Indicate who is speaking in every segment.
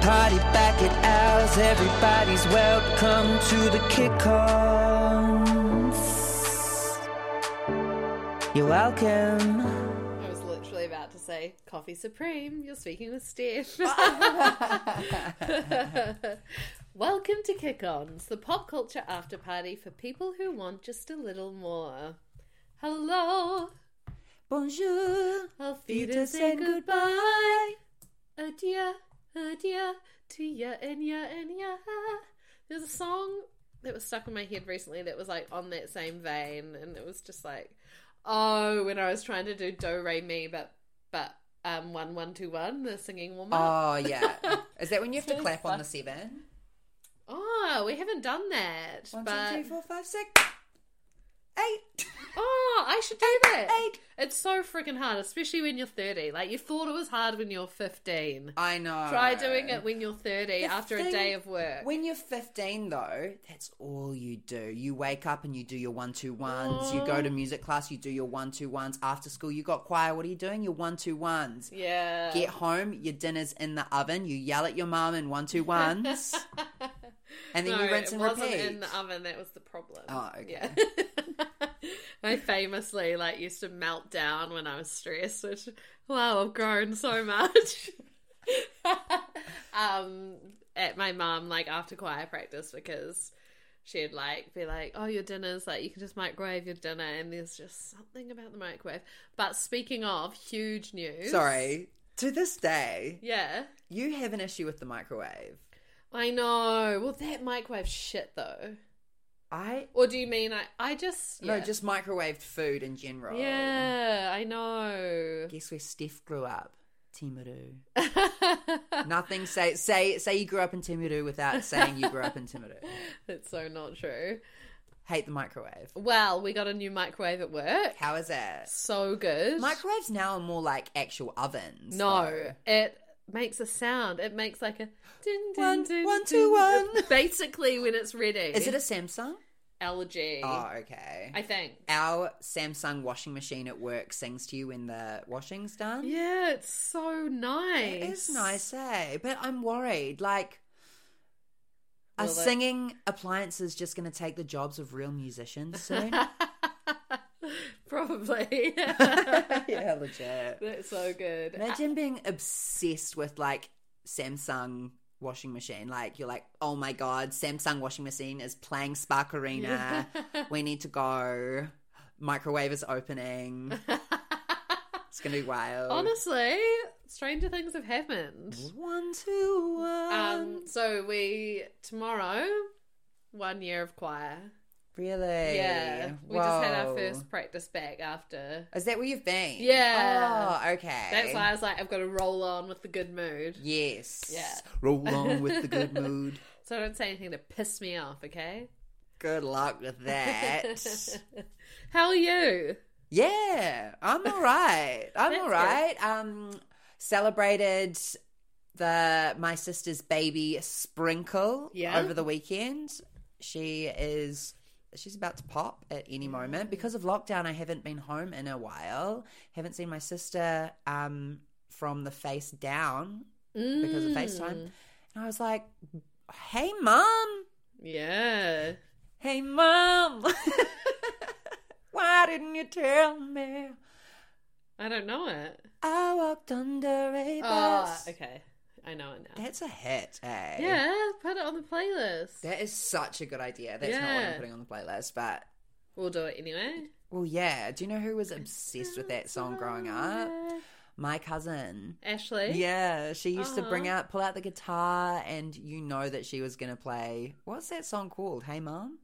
Speaker 1: Party back at ours, everybody's welcome to the Kick Ons. You're welcome.
Speaker 2: I was literally about to say, Coffee Supreme, you're speaking with Steph. Welcome to Kick Ons, the pop culture after party for people who want just a little more. Hello,
Speaker 1: Bonjour.
Speaker 2: auf
Speaker 1: Theaters and
Speaker 2: Wiedersehen,
Speaker 1: goodbye.
Speaker 2: Adieu, adieu to ya and ya and ya. There's a song that was stuck in my head recently that was like on that same vein, and it was just like, oh, when I was trying to do do re mi, but but um one one two one, the singing warm up.
Speaker 3: Oh yeah. Is that when you have to clap on the seven?
Speaker 2: Oh, we haven't done that,
Speaker 3: One, two,
Speaker 2: but
Speaker 3: three, four, five, six, eight.
Speaker 2: oh, I should do that.
Speaker 3: eight.
Speaker 2: It's so freaking hard, especially when you're thirty. Like you thought it was hard when you're fifteen.
Speaker 3: I know.
Speaker 2: Try doing it when you're thirty
Speaker 3: The
Speaker 2: after a
Speaker 3: thing-
Speaker 2: day of work.
Speaker 3: When you're 15, though, that's all you do. You wake up and you do your one two ones. You
Speaker 2: Oh.
Speaker 3: go to music class, you do your one two ones. After school, you got choir. What are you doing? Your one two ones.
Speaker 2: yeah.
Speaker 3: Get home, your dinner's in the oven. You yell at your mum in one two ones, and then
Speaker 2: no,
Speaker 3: you rinse and
Speaker 2: it wasn't
Speaker 3: repeat.
Speaker 2: in the oven. That was the problem.
Speaker 3: Oh, okay.
Speaker 2: Yeah. I famously like used to melt down when I was stressed. Which wow, I've grown so much. um, at my mum like after choir practice because she'd like be like, "Oh, your dinner's like you can just microwave your dinner," and there's just something about the microwave. But speaking of huge news,
Speaker 3: Sorry. To this day,
Speaker 2: yeah.
Speaker 3: you have an issue with the microwave.
Speaker 2: I know. Well, that microwave shit though.
Speaker 3: I
Speaker 2: Or do you mean I? I just
Speaker 3: No,
Speaker 2: yeah.
Speaker 3: just microwaved food in general.
Speaker 2: yeah. I know.
Speaker 3: Guess where Steph grew up? Timaru. Nothing say say say you grew up in Timaru without saying you grew up in Timaru.
Speaker 2: That's so not true.
Speaker 3: Hate the microwave.
Speaker 2: Well, we got a new microwave at work.
Speaker 3: How is it?
Speaker 2: So good.
Speaker 3: Microwaves now are more like actual ovens.
Speaker 2: no,
Speaker 3: though.
Speaker 2: it makes a sound. It makes like a ding, ding,
Speaker 3: One-
Speaker 2: ding,
Speaker 3: one,
Speaker 2: ding.
Speaker 3: two, one.
Speaker 2: Basically, when it's ready,
Speaker 3: Is it a Samsung?
Speaker 2: allergy?
Speaker 3: Oh, okay.
Speaker 2: I think.
Speaker 3: Our Samsung washing machine at work sings to you when the washing's done.
Speaker 2: Yeah, it's so nice.
Speaker 3: It is nice, eh? But I'm worried. Like, are
Speaker 2: Will it-
Speaker 3: singing appliances just going to take the jobs of real musicians soon?
Speaker 2: Probably.
Speaker 3: yeah, legit.
Speaker 2: That's so good.
Speaker 3: Imagine being obsessed with like Samsung washing machine. Like you're like, oh my god, Samsung washing machine is playing Sparkarina. we need to go. Microwave is opening. it's gonna be wild.
Speaker 2: Honestly, stranger things have happened.
Speaker 3: One, two, one.
Speaker 2: Um, so we tomorrow, one year of choir.
Speaker 3: really?
Speaker 2: Yeah, we just had
Speaker 3: Whoa.
Speaker 2: our first practice back after.
Speaker 3: Is that where you've been?
Speaker 2: Yeah.
Speaker 3: Oh, okay.
Speaker 2: That's why I was like, I've got to roll on with the good mood.
Speaker 3: Yes.
Speaker 2: Yeah.
Speaker 3: Roll on with the good mood.
Speaker 2: So don't say anything to piss me off, okay?
Speaker 3: Good luck with that.
Speaker 2: How are you?
Speaker 3: Yeah, I'm all right. I'm
Speaker 2: That's
Speaker 3: all right. Um, celebrated the my sister's baby sprinkle
Speaker 2: Yeah.
Speaker 3: over the weekend. She is she's about to pop at any moment because of lockdown. I haven't been home in a while. Haven't seen my sister um from the face down because
Speaker 2: Mm.
Speaker 3: of FaceTime, and I was like, "Hey, mom."
Speaker 2: Yeah.
Speaker 3: Hey, mom. Why didn't you tell me?
Speaker 2: I don't know it.
Speaker 3: I walked under a
Speaker 2: Oh,
Speaker 3: bus.
Speaker 2: okay. I know it now.
Speaker 3: That's a hit, eh?
Speaker 2: Yeah, put it on the playlist.
Speaker 3: That is such a good idea. That's not what
Speaker 2: Yeah.
Speaker 3: I'm putting on the playlist, but
Speaker 2: We'll do it anyway.
Speaker 3: well, yeah. Do you know who was obsessed with that song growing up? My cousin.
Speaker 2: Ashley.
Speaker 3: Yeah, she used to bring
Speaker 2: Aw.
Speaker 3: out, pull out the guitar, and you know that she was gonna play. What's that song called? Hey, mom.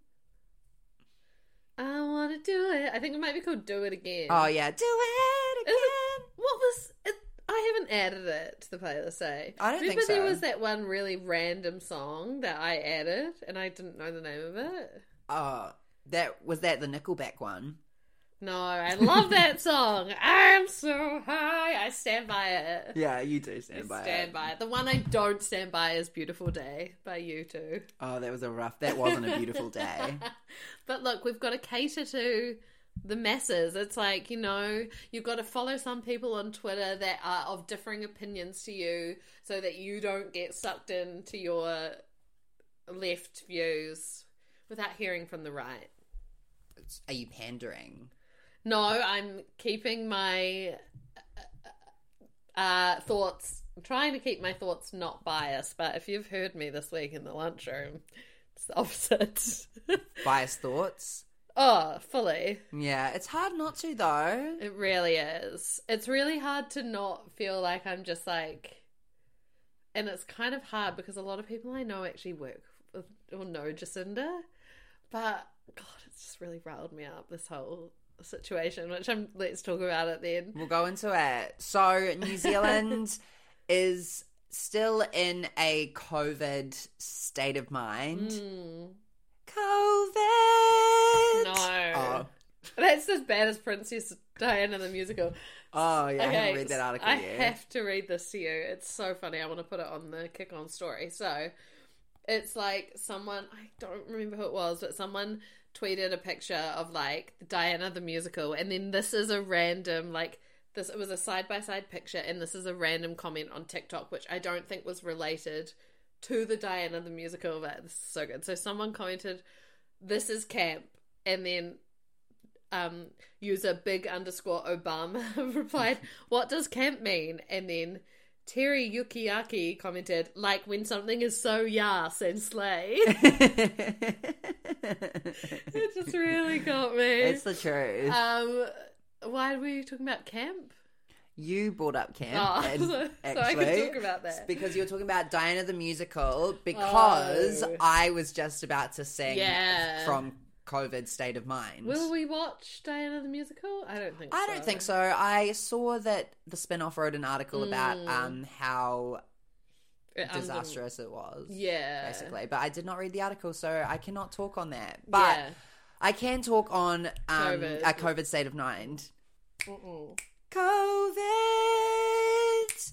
Speaker 2: I want to do it. I think it might be called Do It Again.
Speaker 3: Oh yeah, do Oh, it
Speaker 2: Is
Speaker 3: again.
Speaker 2: it- What was it? I haven't added it to the playlist. Eh?
Speaker 3: I don't
Speaker 2: Remember
Speaker 3: think
Speaker 2: there
Speaker 3: so.
Speaker 2: was that one really random song that I added and I didn't know the name of it.
Speaker 3: Oh, that was that the Nickelback one.
Speaker 2: No, I love that song. I'm so high. I stand by it.
Speaker 3: Yeah, you do
Speaker 2: I stand by it. The one I don't stand by is "Beautiful Day" by you two.
Speaker 3: Oh, that was a rough. That wasn't a beautiful day.
Speaker 2: but look, we've got to cater to the masses. It's like, you know, you've got to follow some people on Twitter that are of differing opinions to you so that you don't get sucked into your left views without hearing from the right.
Speaker 3: Are you pandering?
Speaker 2: No, I'm keeping my uh, uh, thoughts, I'm trying to keep my thoughts not biased, but if you've heard me this week in the lunchroom, it's the opposite.
Speaker 3: Biased thoughts.
Speaker 2: oh, fully.
Speaker 3: Yeah, it's hard not to though.
Speaker 2: It really is. It's really hard to not feel like I'm just like, and it's kind of hard because a lot of people I know actually work with or know Jacinda, but God, it's just really riled me up this whole situation. Which I'm let's talk about it then.
Speaker 3: We'll go into it. So New Zealand is still in a COVID state of mind.
Speaker 2: Mm,
Speaker 3: COVID.
Speaker 2: no,
Speaker 3: Oh,
Speaker 2: that's as bad as Princess Diana the musical.
Speaker 3: oh yeah, I
Speaker 2: Okay,
Speaker 3: haven't read that article
Speaker 2: I
Speaker 3: yet.
Speaker 2: have to read this to you. It's so funny. I want to put it on the kick on story. So it's like someone I don't remember who it was, but someone tweeted a picture of like Diana the musical, and then this is a random like this. It was a side by side picture, and this is a random comment on TikTok, which I don't think was related to the Diana the musical. But this is so good. So someone commented, "This is camp," and then um, user big underscore Obama replied, What does camp mean? And then Terry Yukiaki commented, Like when something is so yas and slay. it just really got me.
Speaker 3: It's the truth.
Speaker 2: um, why are we talking about camp?
Speaker 3: you brought up camp.
Speaker 2: Oh,
Speaker 3: and
Speaker 2: so, so I
Speaker 3: actually,
Speaker 2: can talk about
Speaker 3: It's
Speaker 2: that.
Speaker 3: because you were talking about Diana the musical because
Speaker 2: Oh.
Speaker 3: I was just about to sing
Speaker 2: Yeah.
Speaker 3: from COVID state of mind.
Speaker 2: Will we watch Diana the Musical? I don't think
Speaker 3: I don't think so. I saw that the spin-off wrote an article about
Speaker 2: Mm.
Speaker 3: um how
Speaker 2: It under-
Speaker 3: disastrous it was.
Speaker 2: yeah.
Speaker 3: Basically, but I did not read the article, so I cannot talk on that. But I can talk on um,
Speaker 2: COVID.
Speaker 3: a COVID state of mind.
Speaker 2: yeah. Mm-mm.
Speaker 3: COVID.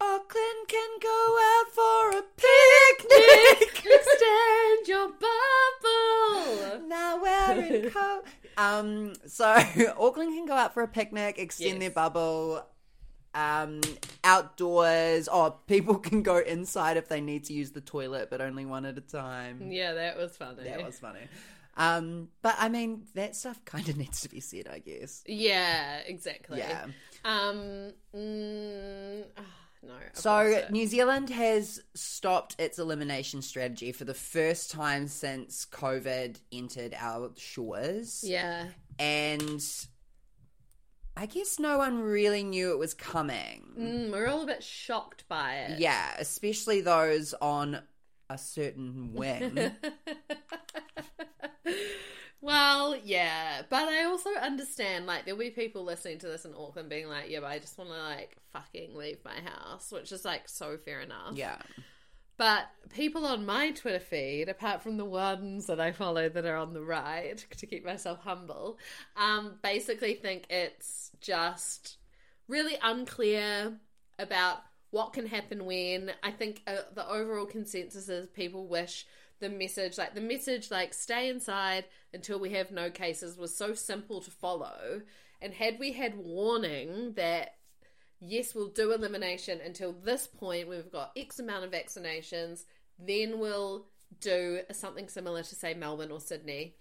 Speaker 3: Auckland can go out for a picnic.
Speaker 2: Extend your bubble.
Speaker 3: now we're in co- Um, so Auckland can go out for a picnic, extend
Speaker 2: Yes.
Speaker 3: their bubble. Um, outdoors, or people can go inside if they need to use the toilet, but only one at a time.
Speaker 2: Yeah, that was funny.
Speaker 3: That was funny. Um, but I mean, that stuff kind of needs to be said, I guess.
Speaker 2: Yeah, exactly.
Speaker 3: Yeah.
Speaker 2: Um. Mm, ah, no. I've lost
Speaker 3: So
Speaker 2: it.
Speaker 3: New Zealand has stopped its elimination strategy for the first time since COVID entered our shores.
Speaker 2: yeah,
Speaker 3: And I guess no one really knew it was coming.
Speaker 2: mm, we're all a bit shocked by it.
Speaker 3: Yeah, especially those on a certain wing.
Speaker 2: well, yeah, but I also understand like there'll be people listening to this in Auckland being like, "Yeah, but I just want to like fucking leave my house," which is like so fair enough.
Speaker 3: yeah.
Speaker 2: But people on my Twitter feed, apart from the ones that I follow that are on the right to keep myself humble, um, basically think it's just really unclear about what can happen when. I think uh, the overall consensus is people wish the message, like the message, like stay inside until we have no cases, was so simple to follow. And had we had warning that yes, we'll do elimination until this point. We've got X amount of vaccinations. Then we'll do something similar to, say, Melbourne or Sydney,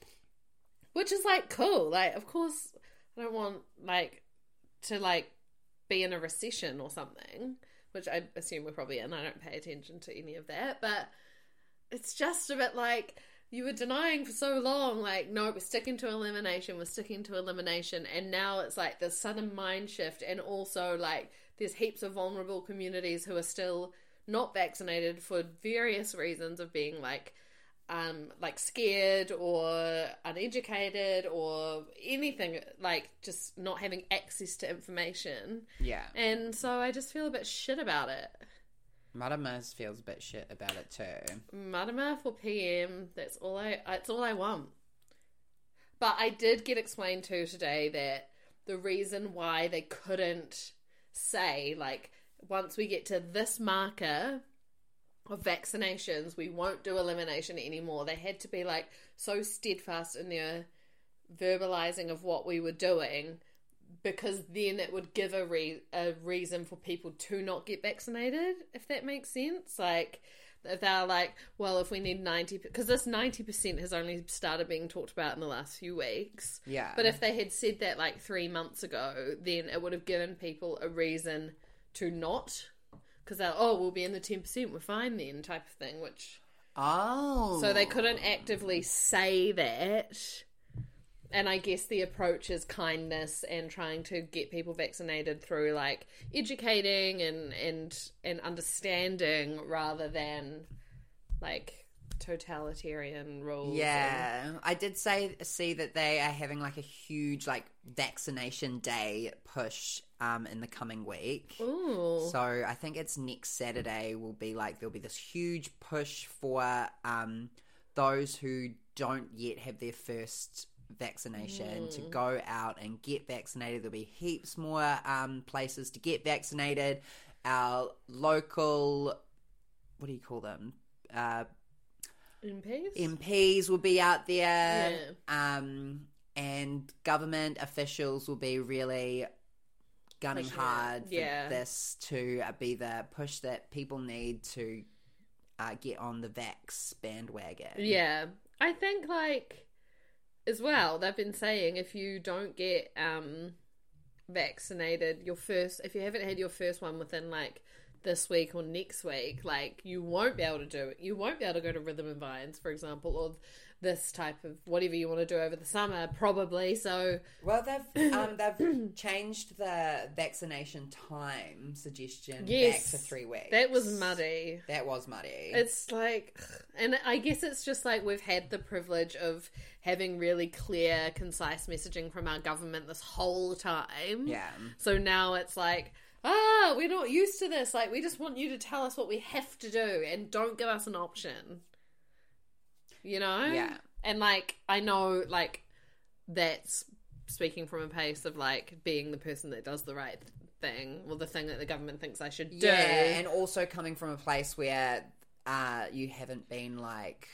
Speaker 2: which is like cool. Like, of course, I don't want like to like be in a recession or something, which I assume we're probably in. I don't pay attention to any of that, but it's just a bit like you were denying for so long, like, no, we're sticking to elimination, we're sticking to elimination. And now it's like this sudden mind shift. And also, like, there's heaps of vulnerable communities who are still not vaccinated for various reasons of being like um, like scared or uneducated or anything, like just not having access to information.
Speaker 3: Yeah.
Speaker 2: And so I just feel a bit shit about it.
Speaker 3: Madamas feels a bit shit about it too.
Speaker 2: Madama for PM. That's all I. That's all I want. But I did get explained to today that the reason why they couldn't say like once we get to this marker of vaccinations, we won't do elimination anymore. They had to be like so steadfast in their verbalizing of what we were doing because then it would give a re- a reason for people to not get vaccinated if that makes sense like if they're like well if we need 90 because this 90% has only started being talked about in the last few weeks
Speaker 3: Yeah.
Speaker 2: but if they had said that like 3 months ago then it would have given people a reason to not because they're oh we'll be in the 10% we're fine then type of thing which
Speaker 3: oh,
Speaker 2: so they couldn't actively say that. And I guess the approach is kindness and trying to get people vaccinated through like educating and and and understanding rather than like totalitarian rules. and-
Speaker 3: Yeah, I did say see that they are having like a huge like vaccination day push um in the coming week.
Speaker 2: Ooh.
Speaker 3: So I think it's next Saturday will be like there'll be this huge push for um those who don't yet have their first vaccination to go out and get vaccinated. There'll be heaps more um places to get vaccinated. Our local what do you call them? Uh
Speaker 2: In peace.
Speaker 3: MPs will be out there,
Speaker 2: Yeah.
Speaker 3: um, and government officials will be really gunning
Speaker 2: Pushing it.
Speaker 3: hard for
Speaker 2: Yeah.
Speaker 3: this to uh, be the push that people need to uh, get on the vax bandwagon.
Speaker 2: Yeah. I think like as well, they've been saying if you don't get um vaccinated your first if you haven't had your first one within like this week or next week, like you won't be able to do it. You won't be able to go to Rhythm and Vines, for example, or this type of whatever you want to do over the summer, probably. So
Speaker 3: Well, they've um, they've changed the vaccination time suggestion back
Speaker 2: Yes.
Speaker 3: to three weeks.
Speaker 2: that was muddy.
Speaker 3: That was muddy.
Speaker 2: It's like, and I guess it's just like we've had the privilege of having really clear, concise messaging from our government this whole time.
Speaker 3: yeah.
Speaker 2: So now it's like, ah, we're not used to this. Like, we just want you to tell us what we have to do and don't give us an option. You know?
Speaker 3: Yeah.
Speaker 2: And like, I know, like, that's speaking from a place of like being the person that does the right thing or the thing that the government thinks I should do.
Speaker 3: Yeah, and also coming from a place where uh, you haven't been like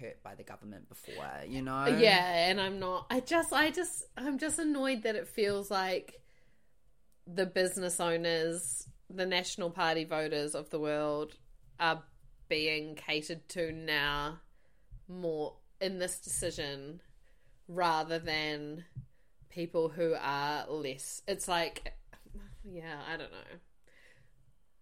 Speaker 3: hurt by the government before, you know?
Speaker 2: Yeah, and I'm not. I just, I just, I'm just annoyed that it feels like the business owners, the National Party voters of the world, are being catered to now more in this decision rather than people who are less. It's like, yeah, I don't know.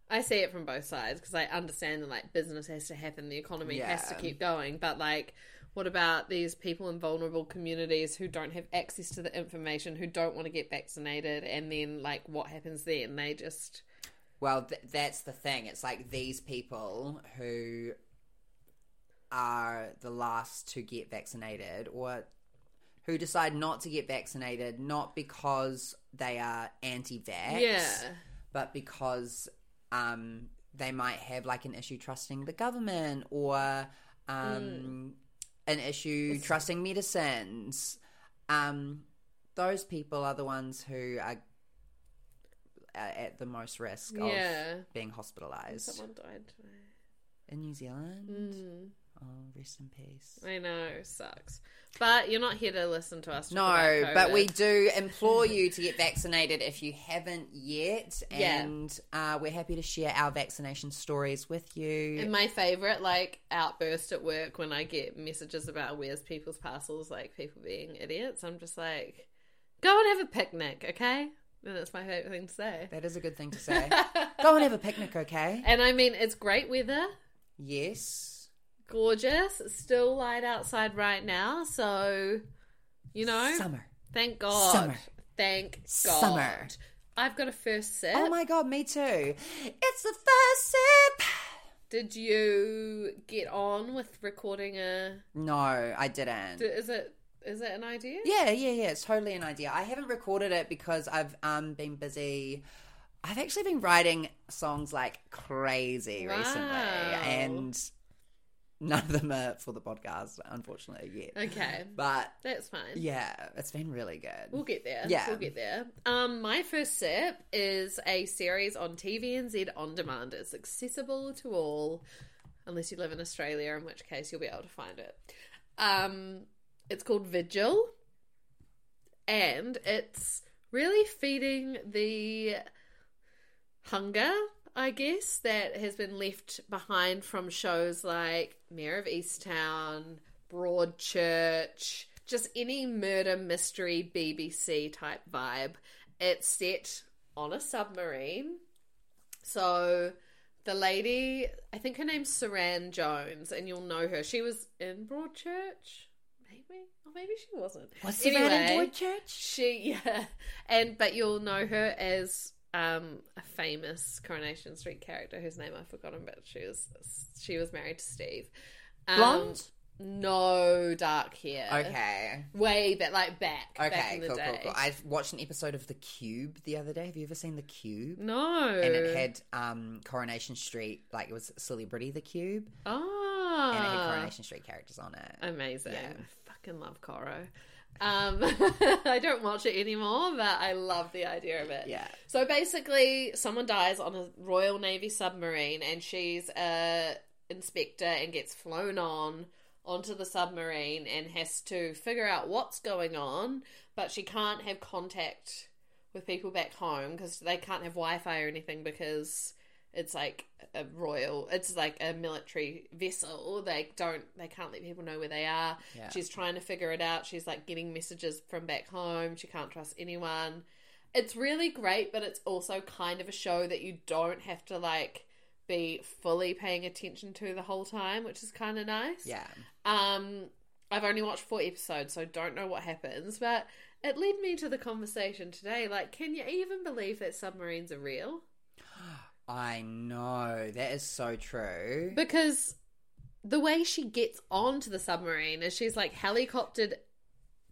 Speaker 2: I see it from both sides because I understand that like business has to happen, the economy has to
Speaker 3: Yeah.
Speaker 2: keep going, but like. What about these people in vulnerable communities who don't have access to the information, who don't want to get vaccinated, and then like what happens then? They just
Speaker 3: Well, th- that's the thing. It's like these people who are the last to get vaccinated or who decide not to get vaccinated, not because they are anti vax,
Speaker 2: yeah,
Speaker 3: but because um, they might have like an issue trusting the government or um,
Speaker 2: Hmm.
Speaker 3: an issue trusting medicines. Um, those people are the ones who are uh, at the most risk
Speaker 2: yeah.
Speaker 3: of being hospitalized
Speaker 2: Someone died today.
Speaker 3: in New Zealand.
Speaker 2: Mm,
Speaker 3: Oh, rest in peace.
Speaker 2: I know, sucks. But you're not here to listen to us. talk
Speaker 3: No,
Speaker 2: about
Speaker 3: but we
Speaker 2: COVID.
Speaker 3: do implore you to get vaccinated if you haven't yet.
Speaker 2: Yeah.
Speaker 3: And uh, we're happy to share our vaccination stories with you.
Speaker 2: And my favorite like outburst at work when I get messages about where's people's parcels, like people being idiots. I'm just like, go and have a picnic, okay? And that's my favorite thing to say.
Speaker 3: That is a good thing to say. Go and have a picnic, okay?
Speaker 2: And I mean, it's great weather.
Speaker 3: Yes.
Speaker 2: gorgeous. It's still light outside right now, so you know, Uh,
Speaker 3: Summer.
Speaker 2: thank God.
Speaker 3: Summer.
Speaker 2: Thank God.
Speaker 3: Summer.
Speaker 2: I've got a first sip.
Speaker 3: Oh my god, me too. It's the first sip.
Speaker 2: Did you get on with recording a?
Speaker 3: No, I didn't.
Speaker 2: d- Is it is it an idea?
Speaker 3: Yeah, yeah, yeah. It's totally an idea. I haven't recorded it because I've um been busy. I've actually been writing songs like crazy recently,
Speaker 2: Wow.
Speaker 3: and none of them are for the podcast, unfortunately, yet.
Speaker 2: Okay,
Speaker 3: But
Speaker 2: that's fine.
Speaker 3: yeah, it's been really good.
Speaker 2: We'll get there.
Speaker 3: Yeah.
Speaker 2: We'll get there. Um, my first sip is a series on TVNZ On Demand. It's accessible to all, unless you live in Australia, in which case you'll be able to find it. Um, it's called Vigil, and it's really feeding the hunger, I guess, that has been left behind from shows like Mayor of Easttown, Broadchurch, just any murder mystery BBC type vibe. It's set on a submarine. So the lady, I think her name's Saran Jones, and you'll know her. She was in Broadchurch, maybe, or maybe she wasn't.
Speaker 3: What's the anyway,
Speaker 2: Anyway,
Speaker 3: Boyd Church?
Speaker 2: she yeah, and but you'll know her as um a famous Coronation Street character whose name I've forgotten, but she was she was married to Steve. Um, uh,
Speaker 3: Blonde?
Speaker 2: No dark hair.
Speaker 3: Okay.
Speaker 2: Way back, like back.
Speaker 3: Okay,
Speaker 2: back in the
Speaker 3: cool,
Speaker 2: day.
Speaker 3: cool, cool. I watched an episode of The Cube the other day. Have you ever seen The Cube?
Speaker 2: No.
Speaker 3: And it had um, Coronation Street, like it was Celebrity The Cube,
Speaker 2: ah.
Speaker 3: and it had Coronation Street characters on it.
Speaker 2: Amazing.
Speaker 3: Yeah.
Speaker 2: I fucking love Coro. Um, I don't watch it anymore, but I love the idea of it.
Speaker 3: Yeah.
Speaker 2: So basically, someone dies on a Royal Navy submarine, and she's a inspector and gets flown on onto the submarine and has to figure out what's going on, but she can't have contact with people back home because they can't have Wi-Fi or anything because it's like a royal it's like a military vessel they don't they can't let people know where they are
Speaker 3: Yeah.
Speaker 2: she's trying to figure it out she's like getting messages from back home she can't trust anyone it's really great but it's also kind of a show that you don't have to like be fully paying attention to the whole time which is kind of nice
Speaker 3: Yeah.
Speaker 2: um, I've only watched four episodes, so I don't know what happens, but it led me to the conversation today. Like, can you even believe that submarines are real?
Speaker 3: I know. That is so true.
Speaker 2: Because the way she gets onto the submarine is she's like helicoptered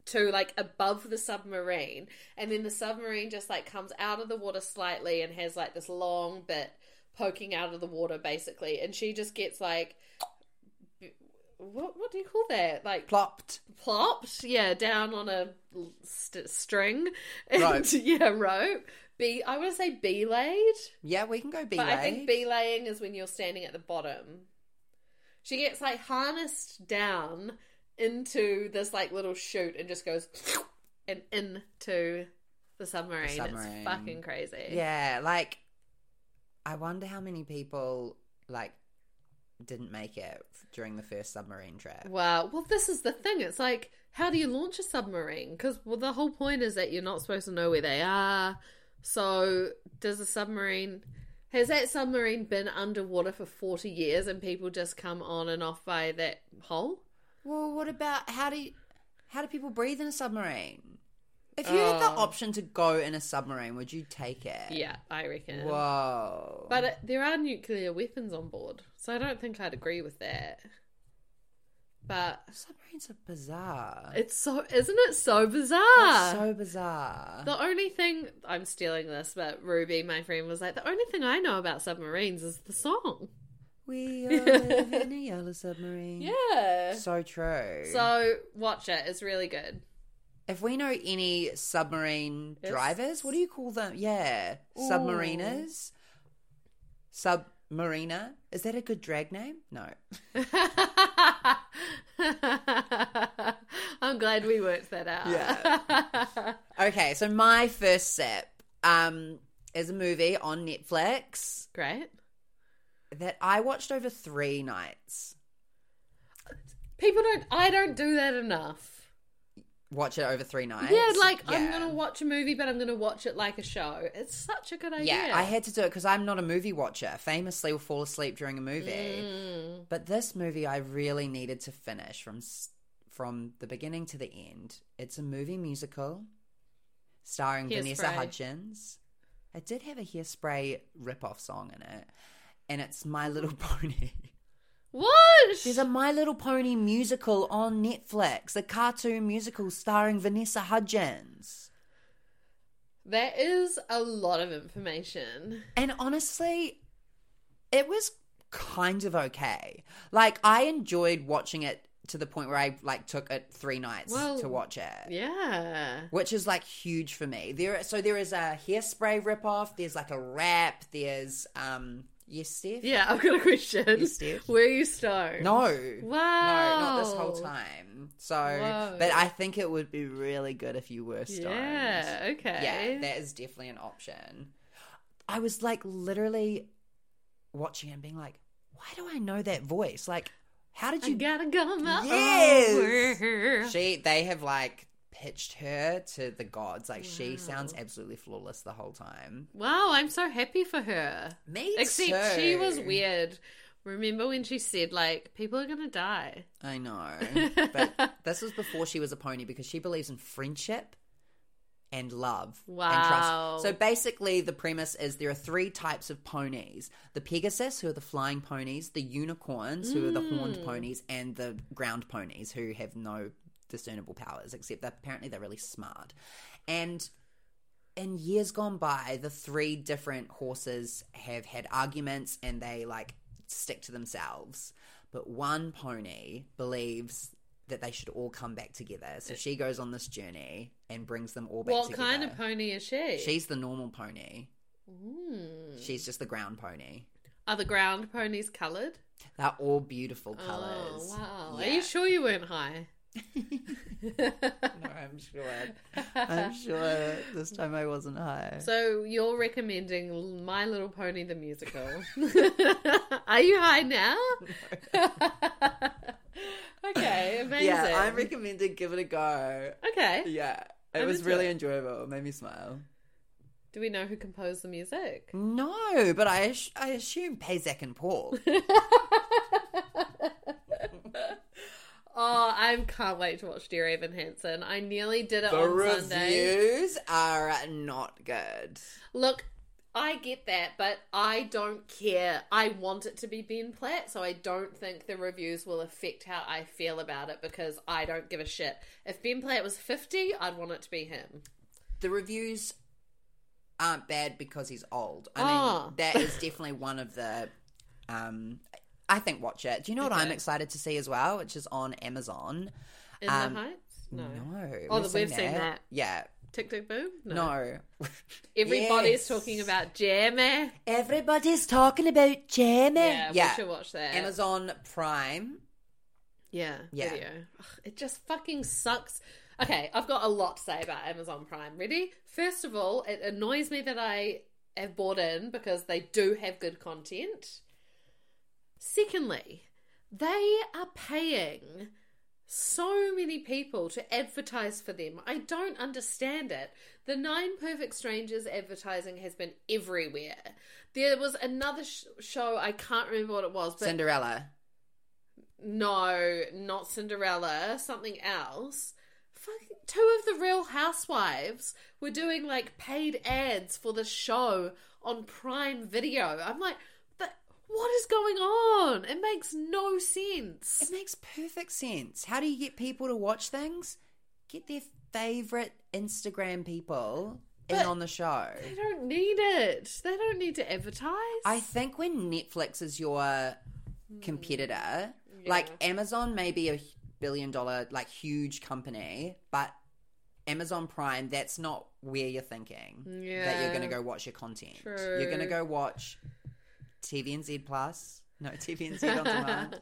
Speaker 2: to like above the submarine, and then the submarine just like comes out of the water slightly and has like this long bit poking out of the water basically, and she just gets like. What, what do you call that? Like
Speaker 3: Plopped.
Speaker 2: plopped, yeah, down on a l- st- string and
Speaker 3: Rope.
Speaker 2: yeah, rope. Be I want to say belayed,
Speaker 3: Yeah, we can go B
Speaker 2: but I think belaying is when you're standing at the bottom. She gets like harnessed down into this like little chute and just goes and into the submarine.
Speaker 3: submarine.
Speaker 2: It's fucking crazy.
Speaker 3: Yeah, like I wonder how many people like didn't make it f- during the first submarine trip.
Speaker 2: Wow. Well, this is the thing. It's like, how do you launch a submarine? Because well, the whole point is that you're not supposed to know where they are. So, does a submarine has that submarine been underwater for forty years and people just come on and off by that hole?
Speaker 3: Well, what about how do you, how do people breathe in a submarine? If you had the
Speaker 2: Oh.
Speaker 3: option to go in a submarine, would you take it?
Speaker 2: Yeah, I reckon.
Speaker 3: Uh, Whoa.
Speaker 2: But it, there are nuclear weapons on board, so I don't think I'd agree with that. But
Speaker 3: submarines are bizarre.
Speaker 2: it's so, isn't it so bizarre?
Speaker 3: It's so bizarre.
Speaker 2: The only thing I'm stealing this, but Ruby, my friend, was like, the only thing I know about submarines is the song.
Speaker 3: we all live in a yellow submarine.
Speaker 2: Yeah.
Speaker 3: So true.
Speaker 2: So watch it. It's really good.
Speaker 3: If we know any submarine
Speaker 2: Yes.
Speaker 3: drivers, what do you call them? Yeah,
Speaker 2: Ooh.
Speaker 3: submariners. Submariner. Is that a good drag name? No.
Speaker 2: I'm glad we worked that out. Yeah.
Speaker 3: Okay, so my first sip um, is a movie on Netflix
Speaker 2: Great.
Speaker 3: that I watched over three nights.
Speaker 2: People don't, I don't do that enough.
Speaker 3: Watch it over three nights.
Speaker 2: Yeah, like I'm
Speaker 3: Yeah.
Speaker 2: going to watch a movie, but I'm going to watch it like a show. It's such a good idea.
Speaker 3: Yeah, I had to do it because I'm not a movie watcher. Famously, will fall asleep during a movie.
Speaker 2: Mm.
Speaker 3: But this movie I really needed to finish from s- from the beginning to the end. It's a movie musical starring Vanessa
Speaker 2: Hairspray.
Speaker 3: Hudgens. It did have a hairspray rip-off song in it. and it's My Little Pony.
Speaker 2: What?
Speaker 3: There's a My Little Pony musical on Netflix, a cartoon musical starring Vanessa Hudgens.
Speaker 2: that is a lot of information.
Speaker 3: And honestly, it was kind of okay. Like I enjoyed watching it to the point where I like took it three nights
Speaker 2: Well,
Speaker 3: to watch it.
Speaker 2: Yeah.
Speaker 3: Which is like huge for me. There so there is a hairspray ripoff, there's like a rap, there's um Yes Steph?
Speaker 2: Yeah, I've got a question.
Speaker 3: Yes, Steph.
Speaker 2: Were you stoned?
Speaker 3: No.
Speaker 2: Wow.
Speaker 3: No, not this whole time. So
Speaker 2: Whoa.
Speaker 3: but I think it would be really good if you were stoned.
Speaker 2: Yeah, okay.
Speaker 3: Yeah, that is definitely an option. I was like literally watching and being like, why do I know that voice? Like, how did
Speaker 2: I
Speaker 3: you
Speaker 2: gotta go my
Speaker 3: Yes.
Speaker 2: own way.
Speaker 3: She they have like pitched her to the gods. Like she
Speaker 2: Wow.
Speaker 3: sounds absolutely flawless the whole time.
Speaker 2: Wow, I'm so happy for her.
Speaker 3: Me
Speaker 2: Except she
Speaker 3: too.
Speaker 2: was weird. Remember when she said, like, people are gonna die?
Speaker 3: I know. But this was before she was a pony because she believes in friendship and love and
Speaker 2: Wow.
Speaker 3: trust. So basically the premise is there are three types of ponies. The Pegasus, who are the flying ponies, the unicorns, who are the horned ponies, and the ground ponies who have no discernible powers, except that apparently they're really smart. And in years gone by, the three different horses have had arguments and they like stick to themselves. But one pony believes that they should all come back together. So she goes on this journey and brings them all back
Speaker 2: What
Speaker 3: together.
Speaker 2: kind of pony is she?
Speaker 3: She's the normal pony.
Speaker 2: Mm.
Speaker 3: She's just the ground pony.
Speaker 2: Are the ground ponies coloured?
Speaker 3: They're all beautiful colors.
Speaker 2: Oh, wow. Are
Speaker 3: Yeah.
Speaker 2: you sure you weren't high?
Speaker 3: No, I'm sure. I'm sure this time I wasn't high.
Speaker 2: So you're recommending My Little Pony the musical. Are you high now? okay, amazing.
Speaker 3: yeah, I'm recommended give it a go.
Speaker 2: okay.
Speaker 3: Yeah. It
Speaker 2: I'm
Speaker 3: was
Speaker 2: into
Speaker 3: really
Speaker 2: it.
Speaker 3: enjoyable. It made me smile.
Speaker 2: Do we know who composed the music?
Speaker 3: No, but I ass- I assume Pezak and Paul.
Speaker 2: Oh, I can't wait to watch Dear Evan Hansen. I nearly did it
Speaker 3: the
Speaker 2: on Sunday.
Speaker 3: reviews are not good.
Speaker 2: Look, I get that, but I don't care. I want it to be Ben Platt, so I don't think the reviews will affect how I feel about it because I don't give a shit. If Ben Platt was 50, I'd want it to be him.
Speaker 3: The reviews aren't bad because he's old. I
Speaker 2: Ah.
Speaker 3: mean, that is definitely one of the. Um, I think watch it. Do you know what I'm
Speaker 2: Okay.
Speaker 3: excited to see as well? Which is on Amazon.
Speaker 2: In
Speaker 3: Um,
Speaker 2: the Heights? No.
Speaker 3: Oh,
Speaker 2: Oh, we've seen that.
Speaker 3: Yeah.
Speaker 2: Tick Tick Boom? No.
Speaker 3: No. Yes.
Speaker 2: Everybody's talking about Jamie.
Speaker 3: Everybody's talking about Jamie.
Speaker 2: Yeah,
Speaker 3: Yeah.
Speaker 2: we should watch that.
Speaker 3: Amazon Prime.
Speaker 2: Yeah,
Speaker 3: Yeah.
Speaker 2: video. Ugh, it just fucking sucks. Okay, I've got a lot to say about Amazon Prime. Ready? First of all, it annoys me that I have bought in because they do have good content. Secondly, they are paying so many people to advertise for them. I don't understand it. The Nine Perfect Strangers advertising has been everywhere. There was another sh- show, I can't remember what it was, but
Speaker 3: Cinderella.
Speaker 2: no, not Cinderella, something else. Fucking two of the real housewives were doing like paid ads for the show on Prime Video. I'm like, but what is going on? It makes no
Speaker 3: It
Speaker 2: sense.
Speaker 3: makes perfect sense. How do you get people to watch things? Get their favorite Instagram people in
Speaker 2: But-
Speaker 3: on the show.
Speaker 2: They don't need it. They don't need to advertise.
Speaker 3: I think when Netflix is your competitor, like Amazon may be a h- billion dollar, like huge company, but Amazon Prime, that's not where you're thinking that you're
Speaker 2: Yeah.
Speaker 3: going to go watch your content. You're
Speaker 2: True.
Speaker 3: going to go watch TVNZ Plus. No, TVNZ on demand.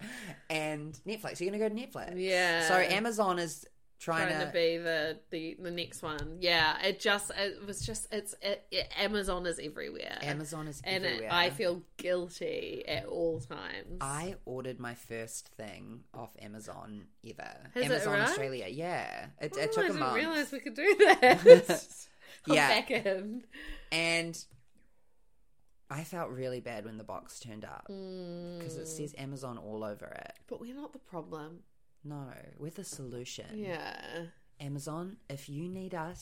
Speaker 3: And Netflix. You're going to go to Netflix.
Speaker 2: Yeah.
Speaker 3: So Amazon is trying,
Speaker 2: trying
Speaker 3: to,
Speaker 2: to be the, the the next one. Yeah, it just it was just it's it, it- Amazon is everywhere.
Speaker 3: Amazon is
Speaker 2: and
Speaker 3: everywhere.
Speaker 2: it, I feel guilty at all times.
Speaker 3: I ordered my first thing off Amazon ever.
Speaker 2: Has it
Speaker 3: Amazon
Speaker 2: arrived?
Speaker 3: Australia, yeah. It,
Speaker 2: Oh,
Speaker 3: it took a
Speaker 2: I didn't
Speaker 3: month.
Speaker 2: realize we could do that. I'm
Speaker 3: Yeah.
Speaker 2: back in.
Speaker 3: And I felt really bad when the box turned up because
Speaker 2: Mm.
Speaker 3: it says Amazon all over it.
Speaker 2: But we're not the problem.
Speaker 3: No, we're the solution.
Speaker 2: Yeah.
Speaker 3: Amazon, if you need us,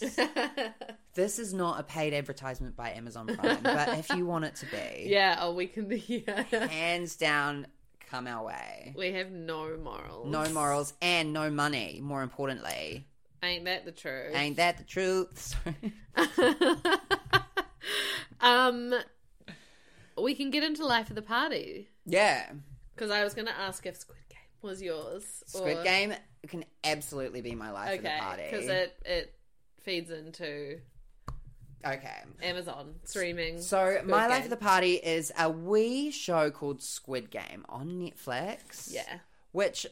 Speaker 3: this is not a paid advertisement by Amazon Prime, but if you want it to be,
Speaker 2: yeah, oh, we can. Yeah.
Speaker 3: hands down, come our way.
Speaker 2: We have no morals.
Speaker 3: No morals and no money, more importantly.
Speaker 2: Ain't that the truth?
Speaker 3: Ain't that the truth? Sorry.
Speaker 2: um, we can get into life of the party
Speaker 3: yeah.
Speaker 2: because I was going to ask if Squid Game was yours.
Speaker 3: Squid
Speaker 2: or-
Speaker 3: Game can absolutely be my life of the
Speaker 2: Okay,
Speaker 3: party.
Speaker 2: because it it feeds into
Speaker 3: okay.
Speaker 2: Amazon streaming.
Speaker 3: So,
Speaker 2: Squid
Speaker 3: My Life
Speaker 2: Game.
Speaker 3: of the Party is a wee show called Squid Game on Netflix.
Speaker 2: yeah,
Speaker 3: Which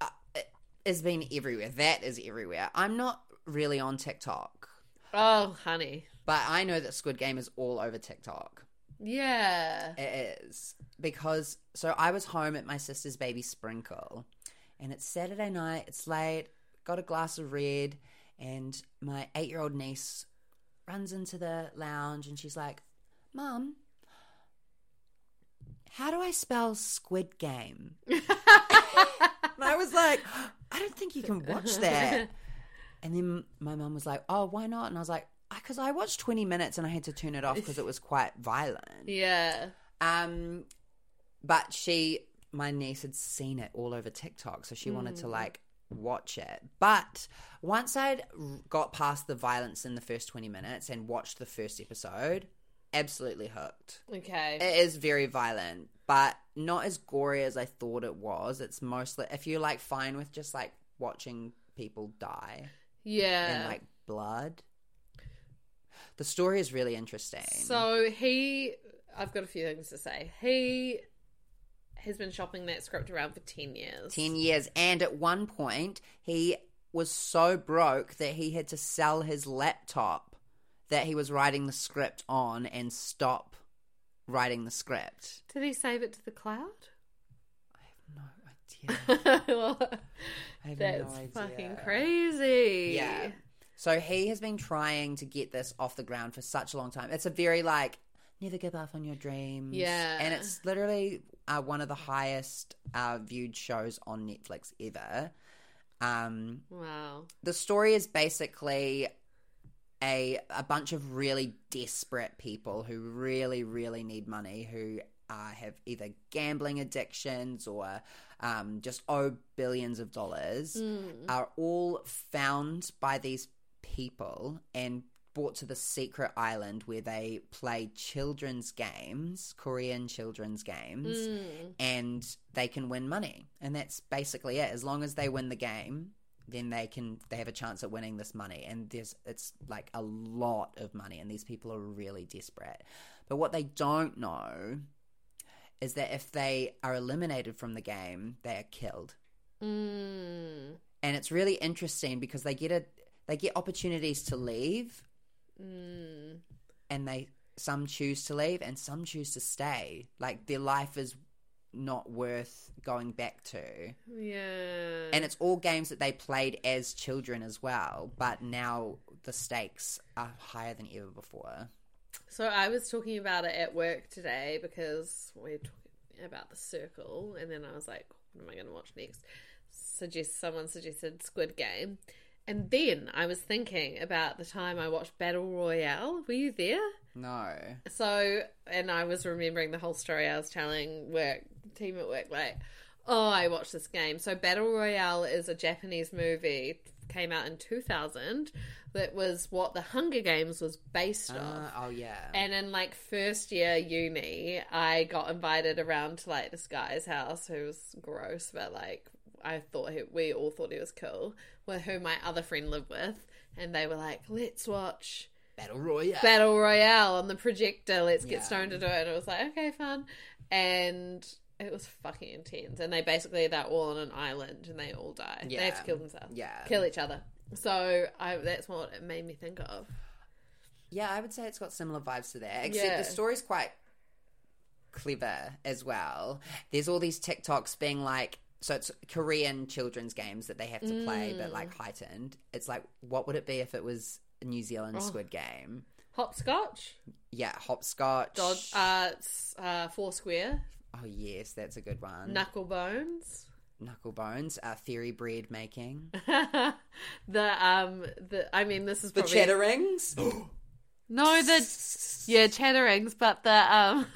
Speaker 3: uh, it- has been everywhere. That is everywhere. I'm not really on TikTok,
Speaker 2: oh honey,
Speaker 3: but I know that Squid Game is all over TikTok.
Speaker 2: yeah,
Speaker 3: It is. Because, so I was home at my sister's baby sprinkle, and it's Saturday night, it's late, got a glass of red, and my eight year old niece runs into the lounge and she's like, Mum, how do I spell squid game? And I was like, I don't think you can watch that. And then my mum was like, Oh, why not? And I was like, Because I watched 20 minutes and I had to turn it off because it was quite violent.
Speaker 2: yeah.
Speaker 3: Um, but she, my niece, had seen it all over TikTok, so she wanted
Speaker 2: Hmm.
Speaker 3: to like watch it. But once I'd r- got past the violence in the first twenty minutes and watched the first episode, absolutely hooked.
Speaker 2: Okay,
Speaker 3: It is very violent, but not as gory as I thought it was. It's mostly if you're like fine with just like watching people die and
Speaker 2: yeah.
Speaker 3: like blood. The story is really interesting.
Speaker 2: So he, I've got a few things to say. He has been shopping that script around for ten years.
Speaker 3: 10 years. And at one point, he was so broke that he had to sell his laptop that he was writing the script on and stop writing the script.
Speaker 2: Did he save it to the cloud?
Speaker 3: No idea.
Speaker 2: well,
Speaker 3: I have
Speaker 2: that's
Speaker 3: no idea.
Speaker 2: fucking crazy.
Speaker 3: Yeah. So he has been trying to get this off the ground for such a long time. It's a very like never give up on your dreams.
Speaker 2: Yeah.
Speaker 3: and it's literally uh, one of the highest uh, viewed shows on Netflix ever. Um,
Speaker 2: Wow.
Speaker 3: the story is basically a a bunch of really desperate people who really really need money who uh, have either gambling addictions or um, just owe billions of dollars
Speaker 2: Mm.
Speaker 3: are all found by these people and brought to the secret island where they play children's games korean children's games
Speaker 2: Mm.
Speaker 3: and they can win money and that's basically it as long as they win the game then they can they have a chance at winning this money and there's it's like a lot of money and these people are really desperate but what they don't know is that if they are eliminated from the game they are killed
Speaker 2: Mm.
Speaker 3: and it's really interesting because they get a they get opportunities to leave
Speaker 2: Mm.
Speaker 3: and they some choose to leave and some choose to stay like their life is not worth going back to
Speaker 2: Yeah.
Speaker 3: and it's all games that they played as children as well but now the stakes are higher than ever before
Speaker 2: So I was talking about it at work today because we're talking about the circle, and then I was like, "What am I going to watch next?" Suggest someone suggested Squid Game, and then I was thinking about the time I watched Battle Royale. Were you there?
Speaker 3: no
Speaker 2: So, and I was remembering the whole story I was telling work team at work, like, oh, I watched this game. So, Battle Royale is a Japanese movie came out in 2000 that was what the Hunger Games was based on.
Speaker 3: Uh, oh yeah
Speaker 2: And in like first year uni, I got invited around to like this guy's house who was gross, but like I thought he, we all thought he was cool, with who my other friend lived with, and they were like, "Let's watch
Speaker 3: battle royale
Speaker 2: Battle Royale on the projector. Let's
Speaker 3: Yeah.
Speaker 2: get stoned to do it." And it was like, "Okay, fun," and it was fucking intense. And they basically they're all on an island and they all die. They have
Speaker 3: Yeah.
Speaker 2: to kill themselves,
Speaker 3: yeah
Speaker 2: kill each other. So I, that's what it made me think of.
Speaker 3: yeah i would say it's got similar vibes to that except
Speaker 2: Yeah.
Speaker 3: the story's quite clever as well there's all these tiktoks being like so it's korean children's games that they have to play
Speaker 2: Mm.
Speaker 3: but like heightened it's like what would it be if it was new
Speaker 2: Oh.
Speaker 3: zealand squid game
Speaker 2: Hopscotch.
Speaker 3: yeah hopscotch
Speaker 2: Dodge, uh, s- uh, Foursquare,
Speaker 3: oh yes that's a good one
Speaker 2: Knuckle Bones,
Speaker 3: knuckle bones, uh, fairy bread making,
Speaker 2: the um the I mean this is
Speaker 3: the
Speaker 2: probably
Speaker 3: cheddar rings.
Speaker 2: No, the yeah chatterings, but the um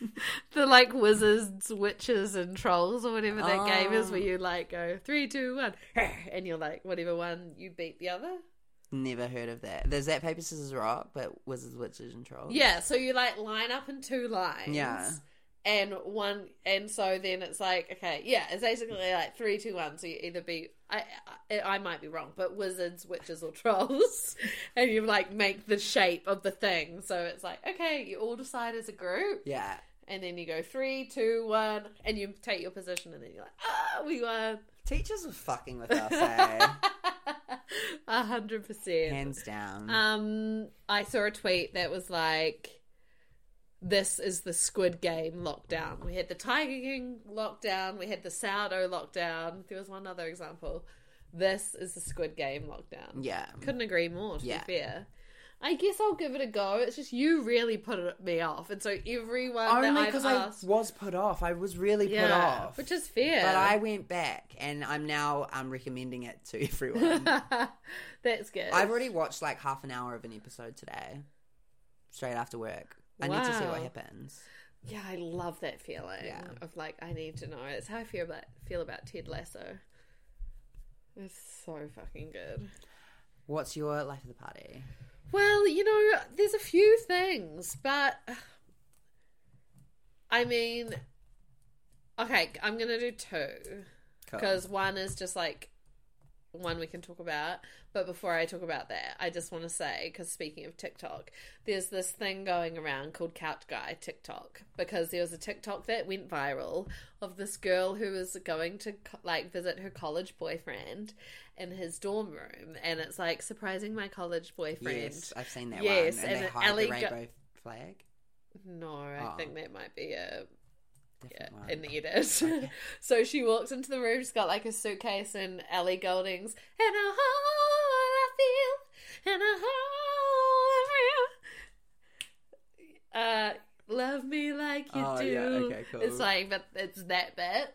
Speaker 2: the like wizards, witches, and trolls or whatever that game is, where you like go three, two, one, and you're like whatever one you beat the other.
Speaker 3: Never heard of that. There's that paper scissors rock, but wizards, witches, and trolls.
Speaker 2: Yeah, so you like line up in two lines.
Speaker 3: Yeah.
Speaker 2: And one, and so then it's like, okay, yeah, it's basically like three, two, one. So you either be, I, I, I might be wrong, but wizards, witches, or trolls, and you like make the shape of the thing. So it's like, okay, you all decide as a group,
Speaker 3: yeah.
Speaker 2: and then you go three, two, one, and you take your position, and then you're like, ah, we won,
Speaker 3: Teachers are fucking with us, eh?
Speaker 2: a hundred percent.
Speaker 3: hands down.
Speaker 2: Um, I saw a tweet that was like, "This is the Squid Game lockdown. We had the Tiger King lockdown. We had the sourdough lockdown. There was one other example. This is the Squid Game lockdown.
Speaker 3: yeah,
Speaker 2: Couldn't agree more. To
Speaker 3: Yeah.
Speaker 2: be fair." I guess I'll give it a go. It's just you really put it- me off, and so everyone
Speaker 3: only
Speaker 2: that I've
Speaker 3: because I
Speaker 2: asked,
Speaker 3: was put off. I was really put
Speaker 2: yeah,
Speaker 3: off.
Speaker 2: which is fair.
Speaker 3: But I went back, and I'm now um, recommending it to everyone.
Speaker 2: that's good.
Speaker 3: I've already watched like half an hour of an episode today, straight after work. I need to see what
Speaker 2: Wow.
Speaker 3: happens.
Speaker 2: Yeah, I love that feeling
Speaker 3: Yeah.
Speaker 2: of like I need to know. It's how I feel about feel about Ted Lasso. It's so fucking good.
Speaker 3: What's your life of the party?
Speaker 2: Well, you know, there's a few things, but I mean, okay, I'm gonna do two
Speaker 3: Cool.
Speaker 2: because one is just like one we can talk about. But before I talk about that, I just want to say because speaking of TikTok, there's this thing going around called Couch Guy TikTok because there was a TikTok that went viral of this girl who was going to co- like visit her college boyfriend in his dorm room, and it's like surprising my college boyfriend.
Speaker 3: yes, I've seen that
Speaker 2: Yes,
Speaker 3: one. And,
Speaker 2: and
Speaker 3: they
Speaker 2: an
Speaker 3: hide
Speaker 2: alley
Speaker 3: the
Speaker 2: go-
Speaker 3: rainbow flag.
Speaker 2: No, I
Speaker 3: Oh.
Speaker 2: think that might be a
Speaker 3: Different one.
Speaker 2: in the edit. so she walks into the room. She's got like a suitcase and Ellie Golding's and a hole I feel and a hole I feel. Uh, love me like you
Speaker 3: Oh,
Speaker 2: do.
Speaker 3: yeah, okay, cool.
Speaker 2: It's like, but it's that bit.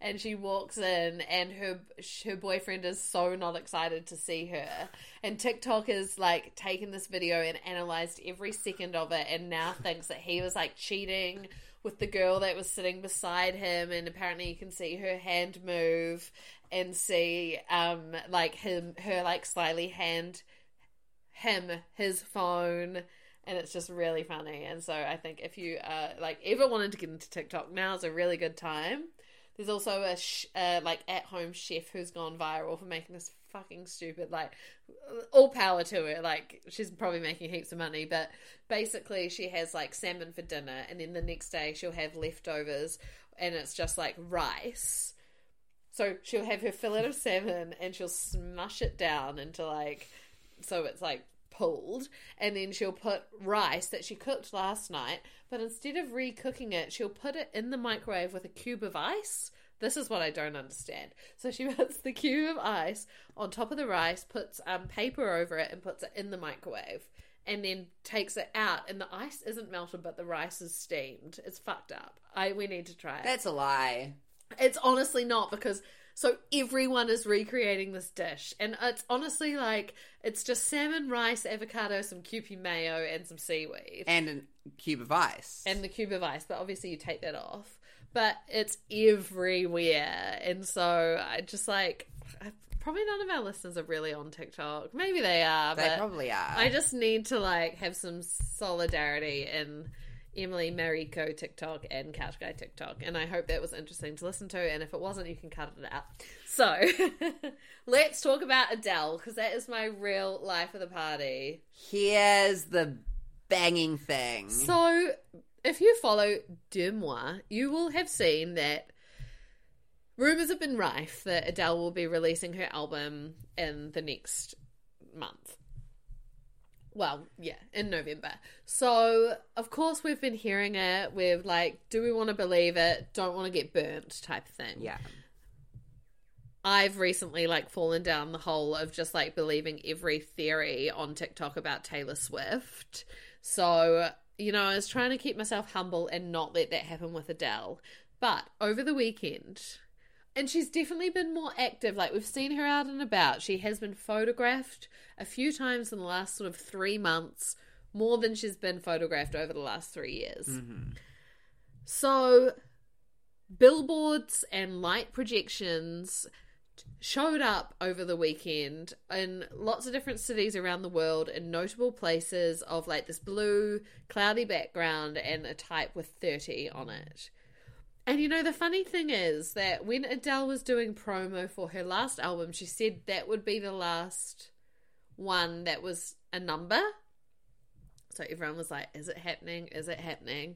Speaker 2: And she walks in, and her her boyfriend is so not excited to see her. And TikTok has like taken this video and analyzed every second of it, and now thinks that he was like cheating with the girl that was sitting beside him. And apparently, you can see her hand move and see um like him her like slyly hand him his phone. And it's just really funny. And so I think if you uh, like ever wanted to get into TikTok, now is a really good time. There's also a sh- uh, like at home chef who's gone viral for making this fucking stupid like all power to her. Like she's probably making heaps of money, but basically she has like salmon for dinner, and then the next day she'll have leftovers, and it's just like rice. So she'll have her fillet of salmon, and she'll smush it down into like so it's like pulled and then she'll put rice that she cooked last night but instead of re-cooking it she'll put it in the microwave with a cube of ice this is what i don't understand so she puts the cube of ice on top of the rice puts um, paper over it and puts it in the microwave and then takes it out and the ice isn't melted but the rice is steamed it's fucked up i we need to try it
Speaker 3: That's a lie.
Speaker 2: it's honestly not because so everyone is recreating this dish, and it's honestly like it's just salmon, rice, avocado, some kewpie mayo, and some seaweed, and,
Speaker 3: And a cube of ice.
Speaker 2: the cube of ice. But obviously, you take that off. But it's everywhere, and so I just like I- probably none of our listeners are really on TikTok. Maybe they are,
Speaker 3: they
Speaker 2: but
Speaker 3: probably are.
Speaker 2: I just need to like have some solidarity in Emily Mariko TikTok and Couch Guy TikTok, and I hope that was interesting to listen to. And if it wasn't, you can cut it out. So let's talk about Adele because that is my real life of the party.
Speaker 3: Here's the banging thing.
Speaker 2: So if you follow Demois, you will have seen that rumors have been rife that Adele will be releasing her album in the next month. Well, yeah, in November. So, of course, we've been hearing it. We're like, do we want to believe it? Don't want to get burnt type of thing.
Speaker 3: yeah.
Speaker 2: I've recently like fallen down the hole of just like believing every theory on TikTok about Taylor Swift. So, you know, I was trying to keep myself humble and not let that happen with Adele. But over the weekend, And she's definitely been more active. Like we've seen her out and about. She has been photographed a few times in the last sort of three months, more than she's been photographed over the last three years.
Speaker 3: Mm-hmm.
Speaker 2: So billboards and light projections showed up over the weekend in lots of different cities around the world in notable places of like this blue cloudy background and a type with 30 on it and you know the funny thing is that when adele was doing promo for her last album she said that would be the last one that was a number so everyone was like is it happening is it happening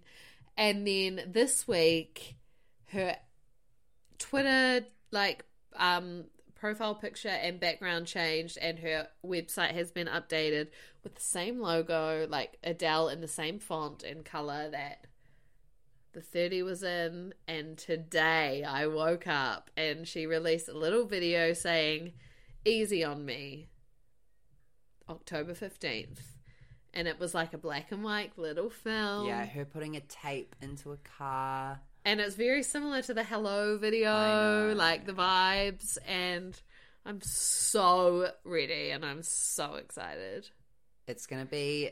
Speaker 2: and then this week her Twitter like um profile picture and background changed and her website has been updated with the same logo like Adele in the same font and color that the 30 was in and today I woke up and she released a little video saying easy on me October 15th and it was like a black and white little film
Speaker 3: yeah, her putting a tape into a car.
Speaker 2: and it's very similar to the hello
Speaker 3: I
Speaker 2: video
Speaker 3: know.
Speaker 2: like the vibes and i'm so ready and i'm so excited
Speaker 3: It's gonna be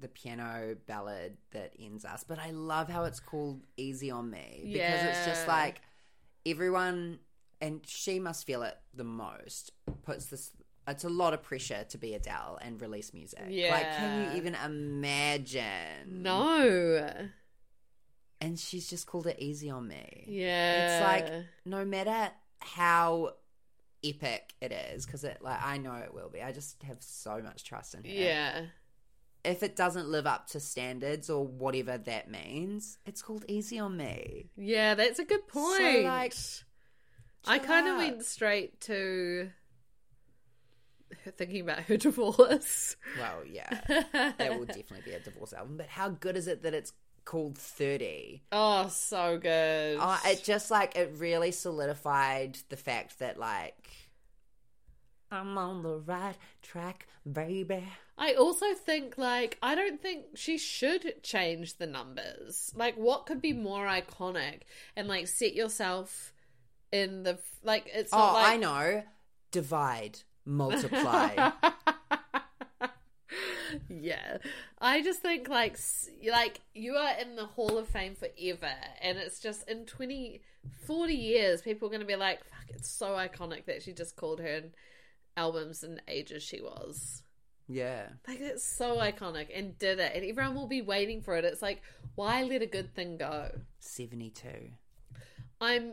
Speaker 3: the piano ballad that ends us. But I love how it's called "Easy on Me" because it's just
Speaker 2: Yeah.
Speaker 3: like everyone, and she must feel it the most. Puts this. It's a lot of pressure to be Adele and release music. Like, can
Speaker 2: Yeah.
Speaker 3: you even imagine?
Speaker 2: no
Speaker 3: And she's just called it "Easy on Me."
Speaker 2: yeah
Speaker 3: It's like no matter how epic it is, because it like I know it will be. I just have so much trust in her.
Speaker 2: yeah
Speaker 3: If it doesn't live up to standards or whatever that means, it's called easy on me.
Speaker 2: yeah that's a good point
Speaker 3: like,
Speaker 2: i
Speaker 3: chill
Speaker 2: kind of
Speaker 3: out.
Speaker 2: went straight to her thinking about her divorce
Speaker 3: Well, yeah, that will definitely be a divorce album. But how good is it that it's called Thirty?
Speaker 2: oh so good
Speaker 3: Oh, it just like it really solidified the fact that like I'm on the right track, baby.
Speaker 2: I also think like I don't think she should change the numbers. Like what could be more iconic and like set yourself in the like it's
Speaker 3: Oh,
Speaker 2: not like
Speaker 3: I know. Divide, multiply.
Speaker 2: yeah. I just think like s- like you are in the Hall of Fame forever and it's just in 20 40 years people are going to be like fuck it's so iconic that she just called her albums and ages she was.
Speaker 3: yeah.
Speaker 2: Like it's so iconic and did it, and everyone will be waiting for it. It's like, why let a good thing go?
Speaker 3: 72.
Speaker 2: I'm,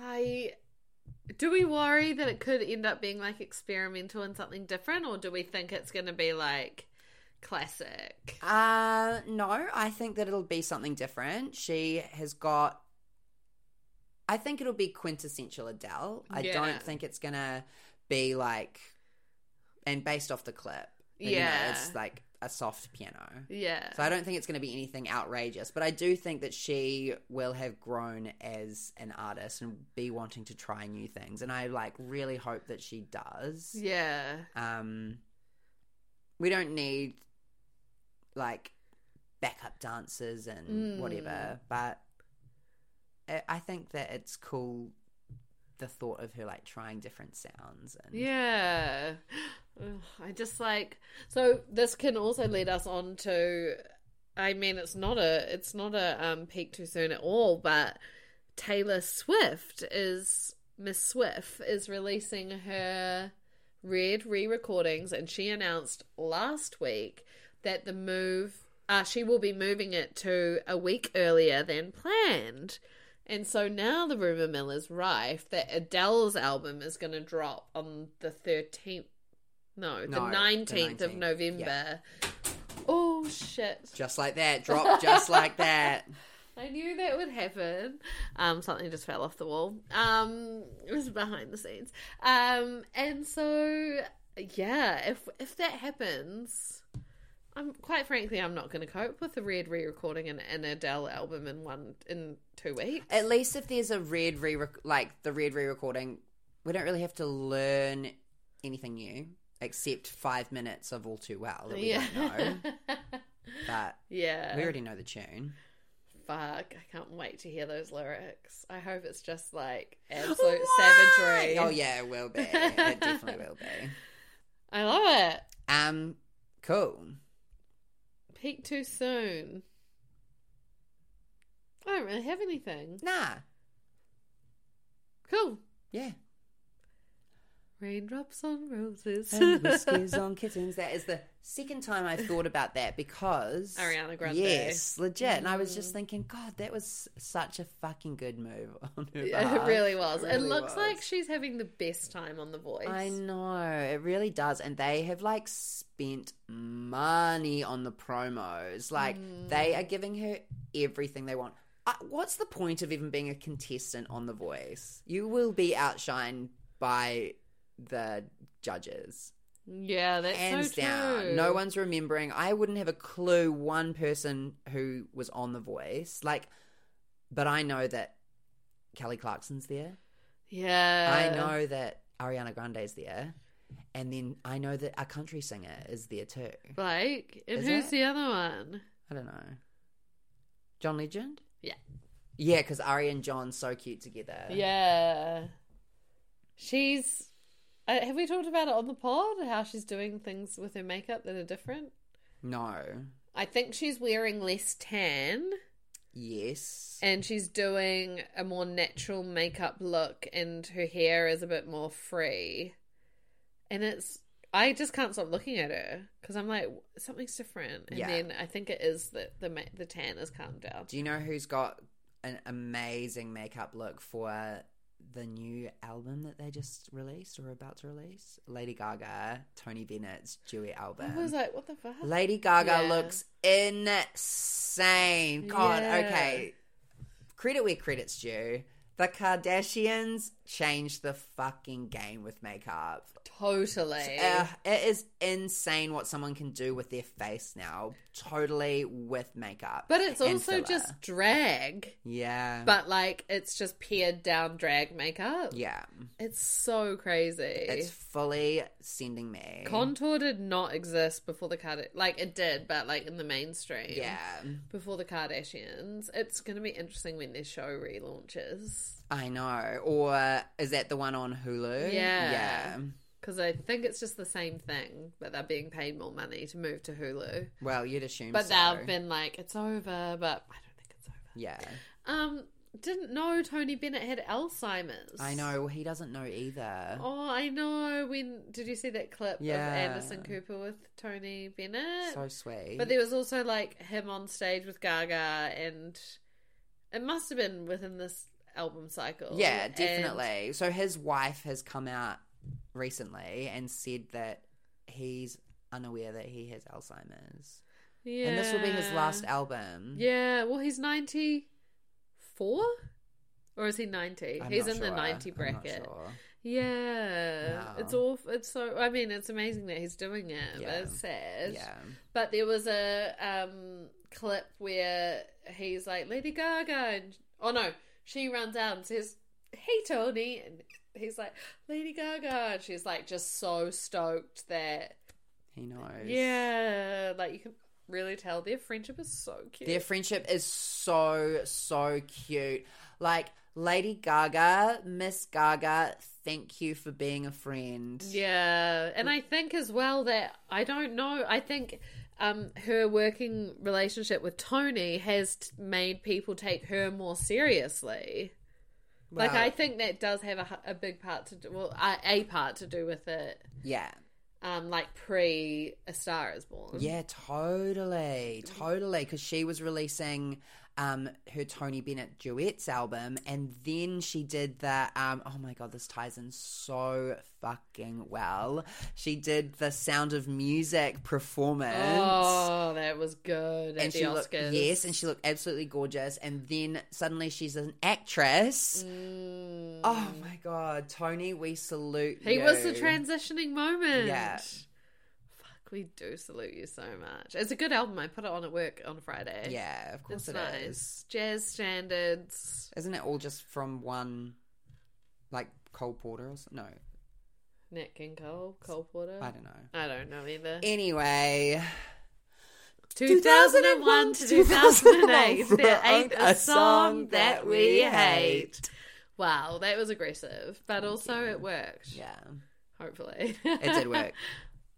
Speaker 2: I, do we worry that it could end up being like experimental and something different, or do we think it's going to be like classic?
Speaker 3: Uh, no, I think that it'll be something different. She has got. I think it'll be quintessential Adele. I
Speaker 2: Yeah.
Speaker 3: don't think it's going to be like. And based off the clip, you know,
Speaker 2: Yeah.
Speaker 3: it's like a soft piano.
Speaker 2: Yeah,
Speaker 3: So I don't think it's going to be anything outrageous, but I do think that she will have grown as an artist and be wanting to try new things. And I like really hope that she does.
Speaker 2: yeah,
Speaker 3: Um, we don't need like backup dancers and
Speaker 2: Mm.
Speaker 3: whatever, but I, I think that it's cool the thought of her like trying different sounds and
Speaker 2: yeah. Ugh, I just like so. This can also lead us on to. I mean, it's not a it's not a um, peak too soon at all, but Taylor Swift is Miss Swift is releasing her Red re-recordings, and she announced last week that the move uh, she will be moving it to a week earlier than planned. And so now the rumor mill is rife that Adele's album is going to drop on the 13th. No, the
Speaker 3: No, the
Speaker 2: 19th, of
Speaker 3: 19th,
Speaker 2: November.
Speaker 3: yeah.
Speaker 2: Oh, shit.
Speaker 3: just like that, drop just like that.
Speaker 2: I knew that would happen. Um, something just fell off the wall. Um, it was behind the scenes. Um, and so yeah, if if that happens, I'm quite frankly I'm not going to cope with the Red re-recording an, an Adele album in one in two weeks.
Speaker 3: At least if there's a red re like the red re-recording, we don't really have to learn anything new except five minutes of all too well that we don't know. But
Speaker 2: yeah.
Speaker 3: we already know the tune.
Speaker 2: Fuck, I can't wait to hear those lyrics. I hope it's just like absolute savagery.
Speaker 3: Oh yeah, it will be. It definitely will be.
Speaker 2: I love it.
Speaker 3: Um, cool.
Speaker 2: Peak too soon. I don't really have anything.
Speaker 3: Nah,
Speaker 2: Cool.
Speaker 3: yeah.
Speaker 2: Raindrops on roses.
Speaker 3: And whiskers on kittens. That is the second time I thought about that because
Speaker 2: Ariana Grande. Mm.
Speaker 3: Yes, legit. And I was just thinking, God, that was such a fucking good move on her.
Speaker 2: it
Speaker 3: behalf.
Speaker 2: really was. It,
Speaker 3: really was.
Speaker 2: looks like she's having the best time on The Voice.
Speaker 3: I know it really does, and they have like spent money on the promos. Like
Speaker 2: Hmm.
Speaker 3: they are giving her everything they want. Uh, what's the point of even being a contestant on The Voice? You will be outshined by the judges.
Speaker 2: Yeah, that's
Speaker 3: hands
Speaker 2: so true.
Speaker 3: down. No one's remembering. I wouldn't have a clue one person who was on The Voice. Like, but I know that Kelly Clarkson's there.
Speaker 2: Yeah,
Speaker 3: I know that Ariana Grande's there. And then I know that a country singer is there too.
Speaker 2: Blake, and
Speaker 3: Is
Speaker 2: who's
Speaker 3: it?
Speaker 2: the other one?
Speaker 3: I don't know. John Legend?
Speaker 2: Yeah.
Speaker 3: Yeah, because Ari and John's so cute together.
Speaker 2: Yeah, she's. Uh, have we talked about it on the pod? How she's doing things with her makeup that are different.
Speaker 3: No.
Speaker 2: I think she's wearing less tan,
Speaker 3: Yes.
Speaker 2: and she's doing a more natural makeup look, and her hair is a bit more free. And it's. I just can't stop looking at her because I'm like something's different, and
Speaker 3: Yeah.
Speaker 2: then I think it is that the ma- the tan has calmed down.
Speaker 3: Do you know who's got an amazing makeup look for the new album that they just released or are about to release? Lady Gaga, Tony Bennett's Dewey album.
Speaker 2: I was like, what the fuck?
Speaker 3: Lady Gaga
Speaker 2: Yeah.
Speaker 3: looks insane. God,
Speaker 2: Yeah.
Speaker 3: okay. Credit where credit's due. The Kardashians changed the fucking game with makeup.
Speaker 2: totally.
Speaker 3: Uh, it is insane what someone can do with their face now, totally with makeup.
Speaker 2: but it's
Speaker 3: and
Speaker 2: also
Speaker 3: filler.
Speaker 2: just drag.
Speaker 3: yeah,
Speaker 2: But like it's just pared down drag makeup.
Speaker 3: yeah.
Speaker 2: It's so crazy.
Speaker 3: It's fully sending me.
Speaker 2: Contour did not exist before the Card like it did, but like in the mainstream.
Speaker 3: yeah,
Speaker 2: Before the Kardashians. It's gonna be interesting when their show relaunches.
Speaker 3: I know. Or is that the one on Hulu?
Speaker 2: Yeah.
Speaker 3: yeah.
Speaker 2: Because I think it's just the same thing, but they're being paid more money to move to Hulu.
Speaker 3: Well, you'd assume.
Speaker 2: But
Speaker 3: so.
Speaker 2: they've been like, it's over, but I don't think it's over.
Speaker 3: Yeah,
Speaker 2: Um, didn't know Tony Bennett had Alzheimer's.
Speaker 3: I know. Well, he doesn't know either.
Speaker 2: Oh, I know. When did you see that clip
Speaker 3: Yeah.
Speaker 2: of Anderson Cooper with Tony Bennett?
Speaker 3: so sweet.
Speaker 2: but there was also like him on stage with Gaga, and it must have been within this album cycle.
Speaker 3: yeah,
Speaker 2: And-
Speaker 3: definitely. So his wife has come out recently and said that he's unaware that he has Alzheimer's,
Speaker 2: yeah.
Speaker 3: and this will be his last album.
Speaker 2: Yeah. Well, he's ninety four, or is he 90
Speaker 3: I'm
Speaker 2: he's
Speaker 3: not
Speaker 2: in
Speaker 3: sure.
Speaker 2: the ninety
Speaker 3: I'm not
Speaker 2: bracket.
Speaker 3: sure.
Speaker 2: Yeah,
Speaker 3: Wow.
Speaker 2: it's awful. It's so. I mean, it's amazing that he's doing it.
Speaker 3: Yeah.
Speaker 2: But it's sad.
Speaker 3: Yeah.
Speaker 2: But there was a um, clip where he's like Lady Gaga, and oh no, she runs out and says, "Hey Tony," and he's like Lady Gaga, and she's like just so stoked that
Speaker 3: He knows.
Speaker 2: yeah, like you can really tell their friendship is so cute.
Speaker 3: Their friendship is so, so cute. Like, Lady Gaga, Miss Gaga, thank you for being a friend.
Speaker 2: Yeah, and I think as well that I don't know. I think um, her working relationship with Tony has t- made people take her more seriously. like
Speaker 3: Well,
Speaker 2: I think that does have a, hu- a big part to do. Well, a, a part to do with it.
Speaker 3: Yeah.
Speaker 2: Um, like pre A Star Is Born.
Speaker 3: Yeah, totally. Totally. Because she was releasing um her Tony Bennett duets album and then she did the um oh my god, this ties in so fucking well. She did the Sound of Music performance.
Speaker 2: Oh, that was good at the
Speaker 3: she
Speaker 2: Oscars.
Speaker 3: looked yes, and she looked absolutely gorgeous. And then suddenly she's an actress.
Speaker 2: Mm.
Speaker 3: Oh my god, Tony, we salute
Speaker 2: He
Speaker 3: you.
Speaker 2: was the transitioning moment.
Speaker 3: Yeah.
Speaker 2: Fuck, we do salute you so much. It's a good album. I put it on at work on Friday.
Speaker 3: Yeah, of course
Speaker 2: It's
Speaker 3: it
Speaker 2: nice. Jazz standards.
Speaker 3: is. not it all just from one, like Cole Porter or something? No,
Speaker 2: Nat King Cole, Cole Porter.
Speaker 3: I don't know.
Speaker 2: I don't know either.
Speaker 3: Anyway,
Speaker 2: 2001 to 2008. There ain't a song that we hate.
Speaker 3: hate.
Speaker 2: Wow, that was aggressive, but also it worked.
Speaker 3: Yeah,
Speaker 2: Hopefully.
Speaker 3: it did work.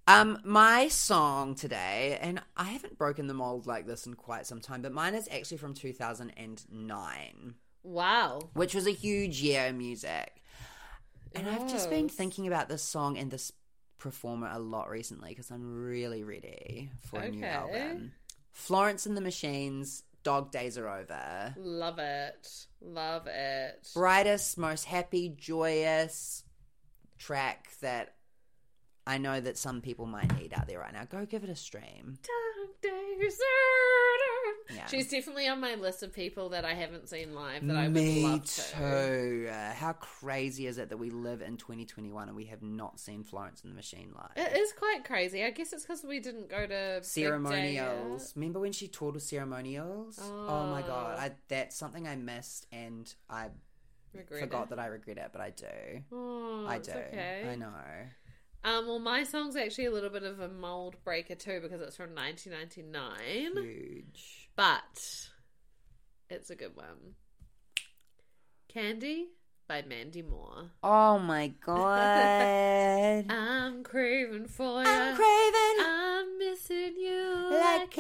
Speaker 3: Um, my song today, and I haven't broken the mold like this in quite some time, but mine is actually from 2009,
Speaker 2: wow.
Speaker 3: which was a huge year in music. And I've just been
Speaker 2: Yes.
Speaker 3: thinking about this song and this performer a lot recently because I'm really ready for a new
Speaker 2: Okay.
Speaker 3: album. Florence and the Machines, Dog Days Are Over.
Speaker 2: Love it. Love it.
Speaker 3: Brightest, most happy, joyous track that I know that some people might need out there right now. Go give it a stream.
Speaker 2: Dog days are-
Speaker 3: Yeah.
Speaker 2: She's definitely on my list of people that I haven't seen live that I would
Speaker 3: Me
Speaker 2: love to.
Speaker 3: too. Uh, How crazy is it that we live in 2021 and we have not seen Florence and the Machine live?
Speaker 2: It is quite crazy. I guess it's because we didn't go to Big Day
Speaker 3: Ceremonials.
Speaker 2: yet.
Speaker 3: Remember when she toured with Ceremonials? Oh my god,
Speaker 2: Oh.
Speaker 3: I, that's something I missed and I
Speaker 2: Regret
Speaker 3: forgot
Speaker 2: it.
Speaker 3: that I regret it, but I do.
Speaker 2: Oh,
Speaker 3: I
Speaker 2: it's
Speaker 3: do.
Speaker 2: Okay.
Speaker 3: I know.
Speaker 2: Um, well, my song's actually a little bit of a mold breaker too because it's from 1999,
Speaker 3: Huge.
Speaker 2: but it's a good one. Candy by Mandy Moore.
Speaker 3: Oh my god.
Speaker 2: I'm craving for you.
Speaker 3: I'm craving
Speaker 2: I'm missing you
Speaker 3: like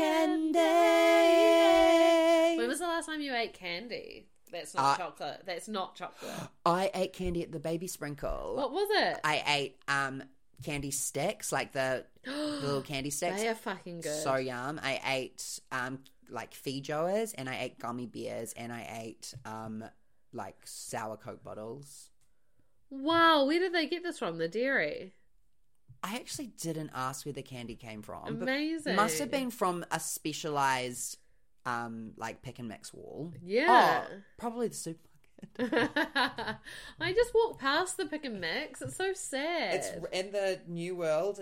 Speaker 2: When
Speaker 3: candy.
Speaker 2: was the last time you ate candy? That's not
Speaker 3: Uh,
Speaker 2: chocolate. That's not chocolate.
Speaker 3: I ate candy at the baby sprinkle.
Speaker 2: What was it?
Speaker 3: I ate um candy sticks, like the little candy sticks.
Speaker 2: they are fucking good.
Speaker 3: So yum. I ate um like fee joers and I ate gummy bears and I ate um like sour coke bottles.
Speaker 2: Wow, where did they get this from? The dairy.
Speaker 3: I actually didn't ask where Um, the candy came from. but
Speaker 2: Amazing.
Speaker 3: Must have been from a specialized um like pick and mix wall.
Speaker 2: Yeah.
Speaker 3: Oh, probably the supermarket.
Speaker 2: I just walked past the pick and mix. It's so sad.
Speaker 3: It's in the new world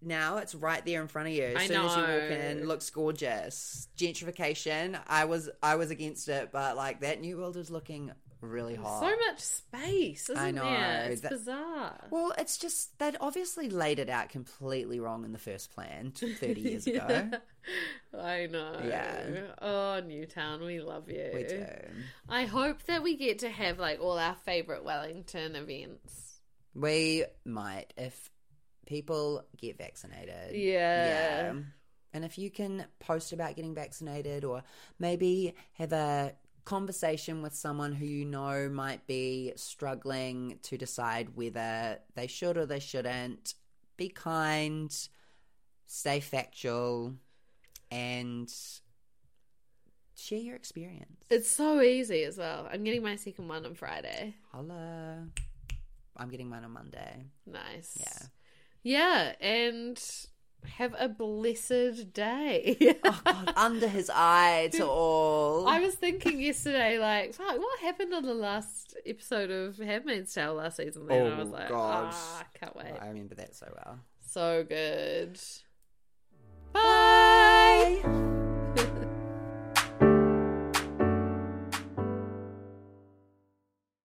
Speaker 3: now. It's right there in front of you. As
Speaker 2: I
Speaker 3: soon as you walk in,
Speaker 2: know.
Speaker 3: it looks gorgeous. Gentrification. I was I was against it, but like that new world is looking really hot.
Speaker 2: so much space, isn't
Speaker 3: I know,
Speaker 2: there? It's
Speaker 3: that-
Speaker 2: bizarre.
Speaker 3: well, it's just that obviously laid it out completely wrong in the first plan t- thirty years ago.
Speaker 2: ago. I know.
Speaker 3: Yeah.
Speaker 2: Oh, Newtown, we love you.
Speaker 3: We do.
Speaker 2: I hope that we get to have like all our favorite Wellington events.
Speaker 3: We might if people get vaccinated.
Speaker 2: Yeah.
Speaker 3: Uh, And if you can post about getting vaccinated or maybe have a conversation with someone who you know might be struggling to decide whether they should or they shouldn't, be kind, stay factual, and share your experience.
Speaker 2: It's so easy as well. I'm getting my second one on Friday.
Speaker 3: Holla. I'm getting mine on Monday.
Speaker 2: Nice.
Speaker 3: Yeah.
Speaker 2: Yeah, and have a blessed day.
Speaker 3: Oh, God, under his eye to all.
Speaker 2: I was thinking yesterday, like, fuck, what happened on the last episode of Handmaid's Tale last season? Then I
Speaker 3: Oh,
Speaker 2: was like,
Speaker 3: God.
Speaker 2: ah, can't wait.
Speaker 3: I remember that so well.
Speaker 2: So good.
Speaker 3: Bye.